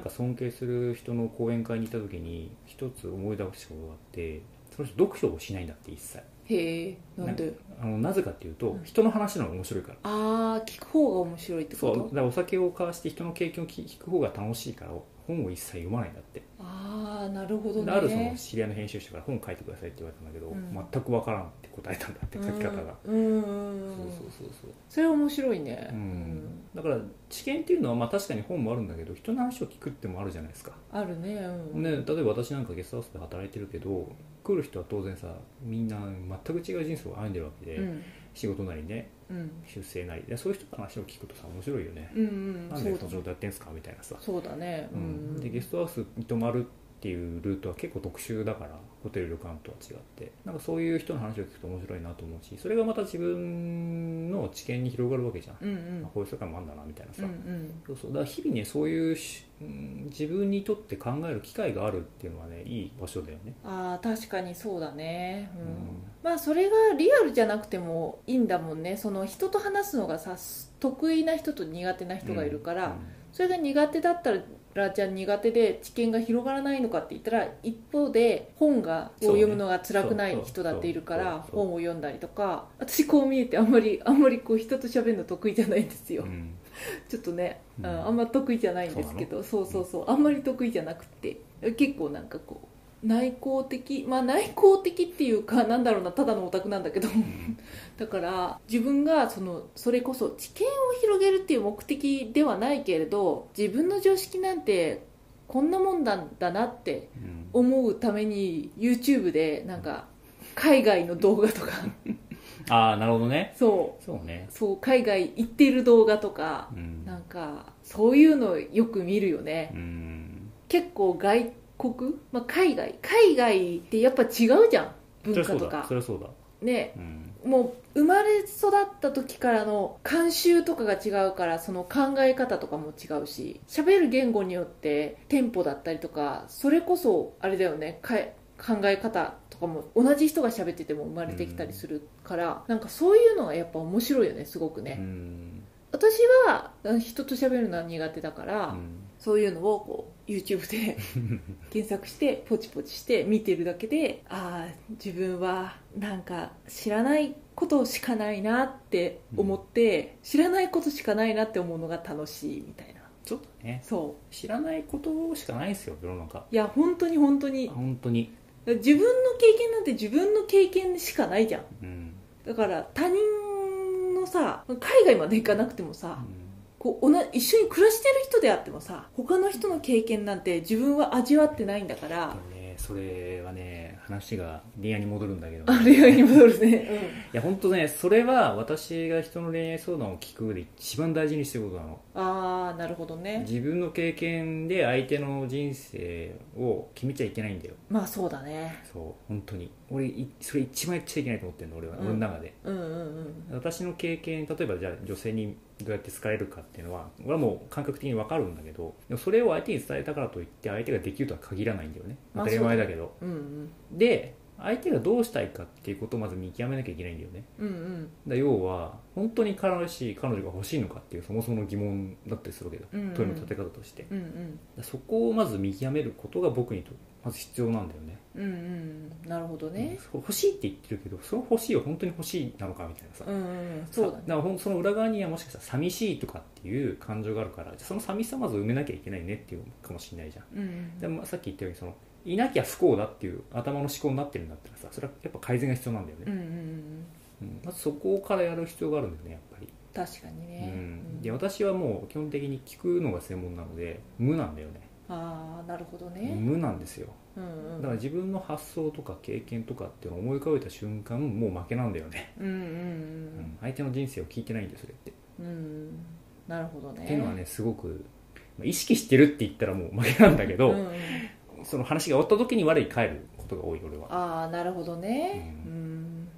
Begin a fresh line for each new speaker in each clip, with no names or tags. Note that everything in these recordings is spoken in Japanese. か尊敬する人の講演会に行った時に一つ思い出したことがあってその人読書をしないんだって一切
へえなんで
あのなぜかっていうと、
うん
人の話の方が面白いから
ああ聞く方が面白いって
そ
こ
うだ
と
からお酒を交わして人の経験を聞く方が楽しいから本を一切読まないんだって
ああなるほど
で
ね
あるその知り合いの編集者から本書いてくださいって言われたんだけど、
うん
全くわからんって答えたんだって書き方が、
うんうんうん
そううんそうそうそう
それは面白いね
うんだから知見っていうのはまあ確かに本もあるんだけど人の話を聞くってもあるじゃないですか、
あるねうん
ね、例えば私なんかゲストハウスで働いてるけど来る人は当然さみんな全く違う人生を歩んでるわけで、
うん
仕事なりね
うん
出世なりでそういう人の話を聞くとさ面白いよね、
うんうん
なん
そ
で
う
そ
だ
の状態やってんすかみたいなさ、
そうだね
う
うんん
でゲストハウスに泊まるっていうルートは結構特殊だからホテル旅館とは違ってなんかそういう人の話を聞くと面白いなと思うしそれがまた自分の知見に広がるわけじゃん、
うんうん
あこういう世界もあんだなみたいな
う
さ、
んうん
そうそうだから日々ねそういうし、うん自分にとって考える機会があるっていうのはねいい場所だよね、
ああ確かにそうだねうん、
うん
まあそれがリアルじゃなくてもいいんだもんねその人と話すのがさ得意な人と苦手な人がいるから、それが苦手だったらじゃあ苦手で知見が広がらないのかって言ったら一方で本がを読むのが辛くない人だっているか
そう
ら
ねそうそうそう
本を読んだりとか私こう見えてあんまりあんまりこう人と喋るの得意じゃないんです
う
よ、
んうん
ちょっとね、う
うん
ん、あんま得意じゃないんですけどそうそうそうあんまり得意じゃなくて結構なんかこう内向的まあ内向的っていうかなんだろうなただのオタクなんだけどだから自分がそのそれこそ知見を広げるっていう目的ではないけれど自分の常識なんてこんなもんなんだなって
うん
思うために YouTube でなんか海外の動画とか
ああなるほどね
そ
そうね
う、そう海外行ってる動画とか
うん
なんかそういうのよく見るよね
うん
結構外国、まあ、海外海外ってやっぱ違うじゃん文
そり
化
ゃそ
と
うだ
か
そりゃそうだ
ね
うん
もう生まれ育った時からの慣習とかが違うからその考え方とかも違うし喋る言語によってテンポだったりとかそれこそあれだよねかえ考え方とかも同じ人が喋ってても生まれてきたりするから、なんかそういうのがやっぱ面白いよねすごくね、
うん
私はあ人と喋るのは苦手だから、
うん
そういうのをこう YouTube で検索してポチポチして見てるだけでああ自分はなんか知らないことしかないなって思って、知らないことしかないなって思うのが楽しいみたいな
ちょっとね
そう
知らないことしかないですよ世の中
いや本当に本当に
本当に
自分の経験なんて自分の経験しかないじゃん
うん
だから他人のさ海外まで行かなくてもさ、こう同じ一緒に暮らしてる人であってもさ他の人の経験なんて自分は味わってないんだか
で
ら
もねそれはね話が恋愛に戻るんだけど、
あ恋愛に戻るね、
いや本当ねそれは私が人の恋愛相談を聞く上で一番大事にしてることなの
うん、ああなるほどね
自分の経験で相手の人生を決めちゃいけないんだよ
まあそうだね
そう本当に俺いそれ一番やっちゃいけないと思ってるの俺は、
うん
俺の中で
うんうんうん
私の経験例えばじゃあ女性にどうやって好かれるかっていうのは俺はもう感覚的に分かるんだけどでもそれを相手に伝えたからといって相手ができるとは限らないんだよね当
まあ
たり前だけど
うんうん
で相手がどうしたいかっていうことをまず見極めなきゃいけないんだよね
うんうん
だ要は本当に彼氏彼女が欲しいのかっていうそもそもの疑問だったりするわけだ、
うんうん
問いの立て方として
うんうん
だそこをまず見極めることが僕にとまず必要なんだよね
うんうんなるほどね
そう欲しいって言ってるけどその欲しいは本当に欲しいなのかみたいなさ、
うんうんそうだね
からほんその裏側にはもしかしたら寂しいとかっていう感情があるからじゃあその寂しさをまず埋めなきゃいけないねっていうのかもしれないじゃん
うんうん
でもまあさっき言ったようにそのいなきゃ不幸だっていう頭の思考になってるんだったらさそれはやっぱ改善が必要なんだよ
うんう
ね、
んうん
うんまずそこからやる必要があるんだよねやっぱり
確かにね、
うん、で私はもう基本的に聞くのが専門なので無なんだよね
ああなるほどね
無なんですよ
うんう
だ
ん
から自分の発想とか経験とかっていうのを思い浮かべた瞬間もう負けなんだよね、
うんうん
うん相手の人生を聞いてないんですそれって、
うんうんなるほどね
っていうのはねすごくまあ意識してるって言ったらもう負けなんだけ
う
ど、
んうん
その話が終わった時に我に返ることが多い俺は
ああなるほどね
う
うん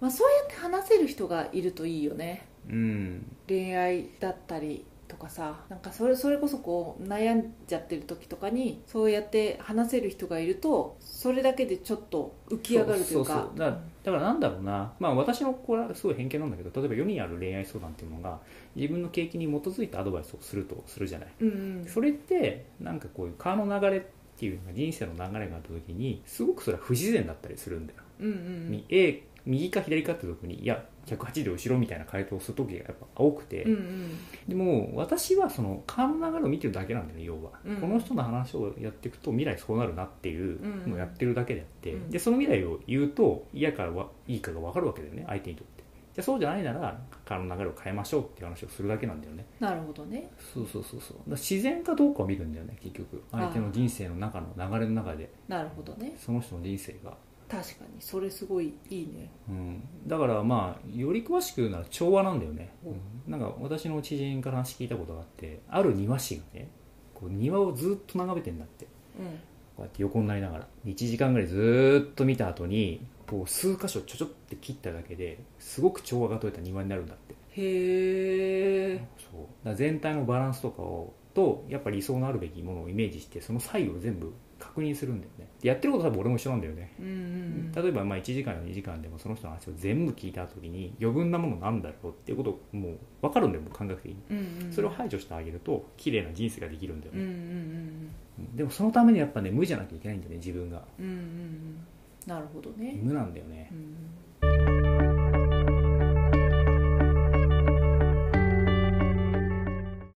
まあ、そうやって話せる人がいるといいよね
うん
恋愛だったりとかさなんかそれそれこそこう悩んじゃってる時とかにそうやって話せる人がいるとそれだけでちょっと浮き上がるとい
そう
うか
そうそうだだからなんだろうな、まあ、私のこれはすごい偏見なんだけど例えば世にある恋愛相談っていうのが自分の経験に基づいたアドバイスをするとするじゃない
うんうん
それってなんかこういう川の流れっていうのが人生の流れがあった時にすごくそれは不自然だったりするんだよ、
うんうん
み A 右か左かって時にいや180度後ろみたいな回答をする時がやっぱ多くて、
うんうん
でも私はその川の流れを見てるだけなんだよね要は、
うん
この人の話をやっていくと未来そうなるなっていう
うんうん
のをやってるだけであって、
うん
でその未来を言うと嫌かいいかが分かるわけだよね相手にとってじゃあそうじゃないなら川の流れを変えましょうっていう話をするだけなんだよね
なるほどね
そうそうそうそうだから自然かどうかを見るんだよね結局
あー
相手の人生の中の流れの中で
なるほどね
その人の人生が、
確かにそれすごいいいね
うん、だからまあより詳しく言うなら調和なんだよね、
うん
うんなんか私の知人から話聞いたことがあってある庭師がねこう庭をずっと眺めてんだって
うん
こうやって横になりながら1時間ぐらいずーっと見た後にこう数箇所ちょちょって切っただけですごく調和が取れた庭になるんだって
へえ
そうだから全体のバランスとかをとやっぱり理想のあるべきものをイメージしてその作用を全部確認するんだよねでやってること多分俺も一緒なんだよね、
うんうんうん
例えばまあ1時間や2時間でもその人の話を全部聞いた時に余分なものなんだろうっていうことをもう分かるんだよもう感覚的に
うんうん
それを排除してあげると綺麗な人生ができるんだよ
うんう
ね、
んうん
うんでもそのためにやっぱね無じゃなきゃいけないんだよね自分が
うんうんうんなるほどね
無なんだよね
うん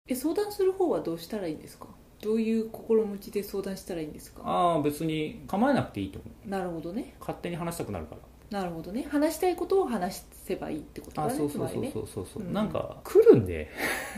え相談する方はどうしたらいいんですかどういう心持ちで相談したらいいんですか
ああ別に構えなくていいと思う
なるほどね
勝手に話したくなるから
なるほどね話したいことを話せばいいってことだ
あ
ね
そうそうそう
つ
そうそうそう、
うん
なんか来るんで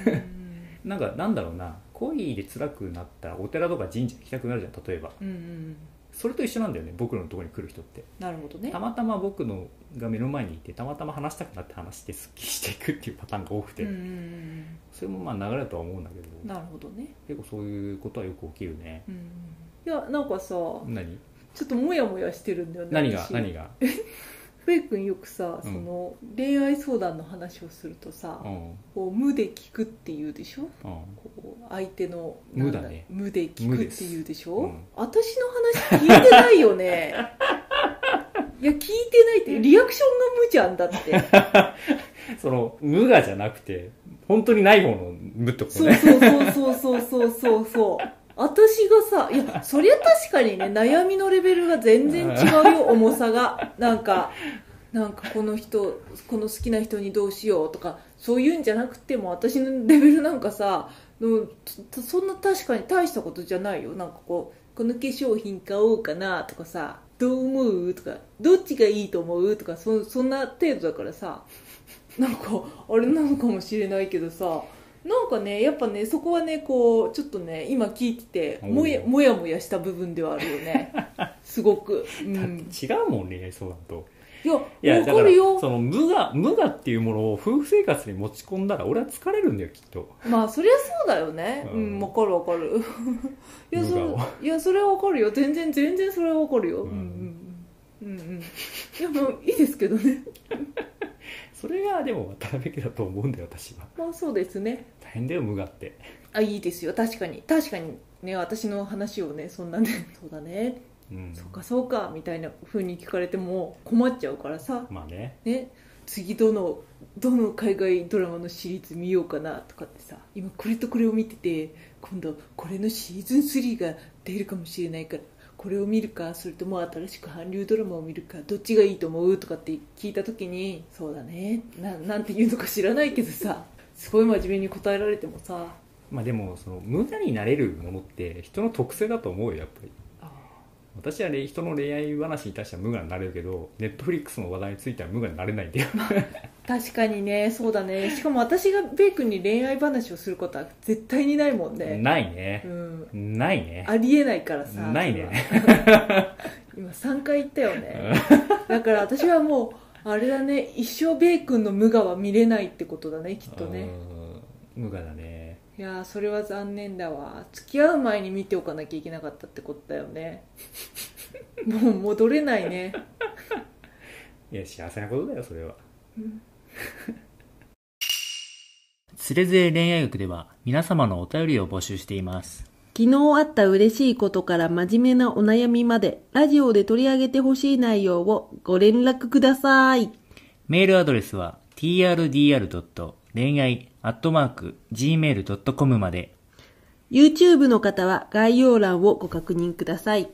まりね
なんかなんだろうな恋で辛くなったらお寺とか神社行きたくなるじゃん例えば
うんうんうん
それと一緒なんだよね僕のところに来る人って
なるほどね
たまたま僕のが目の前にいてたまたま話したくなって話してすっきりしていくっていうパターンが多くて、
うんうんうん
それもまあ流れだとは思うんだけど
うんなるほどね、
結構そういうことはよく起きるね
うんうん、いやなんかさちょ
何
っとモヤモヤしてるんだよね
何が
私
何が、
フェイ君よくさ、
うん
その恋愛相談の話をするとさ、
うんうん、
こう無で聞くっていうでしょこう相手の
無だね
なん無で聞くっていうでしょ
無です
私の話聞いてない よねいや聞いてないってリアクションが無じゃんだって
その無我じゃなくて本当にない方の無ってこと
そう
ね
そうそうそうそうそうそう私がさいやそりゃ確かにね悩みのレベルが全然違うよ重さ がなんかなんかこの人この好きな人にどうしようとかそういうんじゃなくても私のレベルなんかさのそそんな確かに大したことじゃないよなんかこうこの化粧品買おうかなとかさどう思うとかどっちがいいと思うとかそそんな程度だからさ なんかあれなのかもしれないけどさなんかねやっぱねそこはねこうちょっとね今聞いててもや
おう
もやもやした部分ではあるよ ねすごく、うん、
だって違うもん恋愛相談と
いや
いや
わ
だ
か
から
るよ
その無我無我っていうものを夫婦生活に持ち込んだら俺は疲れるんだよきっと
まあそりゃそうだよね
う
うんんわ、かるわかる いやそ
無我を
いやそれはわかるよ全然全然それはわかるよ、
う
うんん、うんうんうんうんいやもういいですけどね
それがでも渡辺家だと思うんだよ私は
まあそうですね
大変だよ無我って
あいいですよ確かに確かにね私の話をねそんなね そうだね
うん
そうかそうかみたいな風に聞かれても困っちゃうからさ
まあね
ね次どのどの海外ドラマのシリーズ見ようかなとかってさ今これとこれを見てて今度これのシーズン3が出るかもしれないからこれを見るかそれとも新しく韓流ドラマを見るかどっちがいいと思うとかって聞いた時にそうだねななんて言うのか知らないけどさすごい真面目に答えられてもさ
まあでもその無我になれるものって人の特性だと思うよやっぱり
あ
私はね人の恋愛話に対しては無我になれるけどネットフリックスの話題については無我になれないんだよ
確かにねそうだねしかも私がベイ君に恋愛話をすることは絶対にないもんね、
ない
うん
ね、ないね
ありえないからさ
ないね
今3回言ったよねだから私はもうあれだね一生ベイ君の無我は見れないってことだねきっとね
うん無我だね
いやーそれは残念だわ付き合う前に見ておかなきゃいけなかったってことだよ ねもう戻れないね
いや幸せなことだよそれは つれづれ恋愛学では皆様のお便りを募集しています。
昨日あった嬉しいことから真面目なお悩みまで、ラジオで取り上げてほしい内容をご連絡ください。
メールアドレスは trdr. 恋愛 .gmail.com まで。
YouTube の方は概要欄をご確認ください。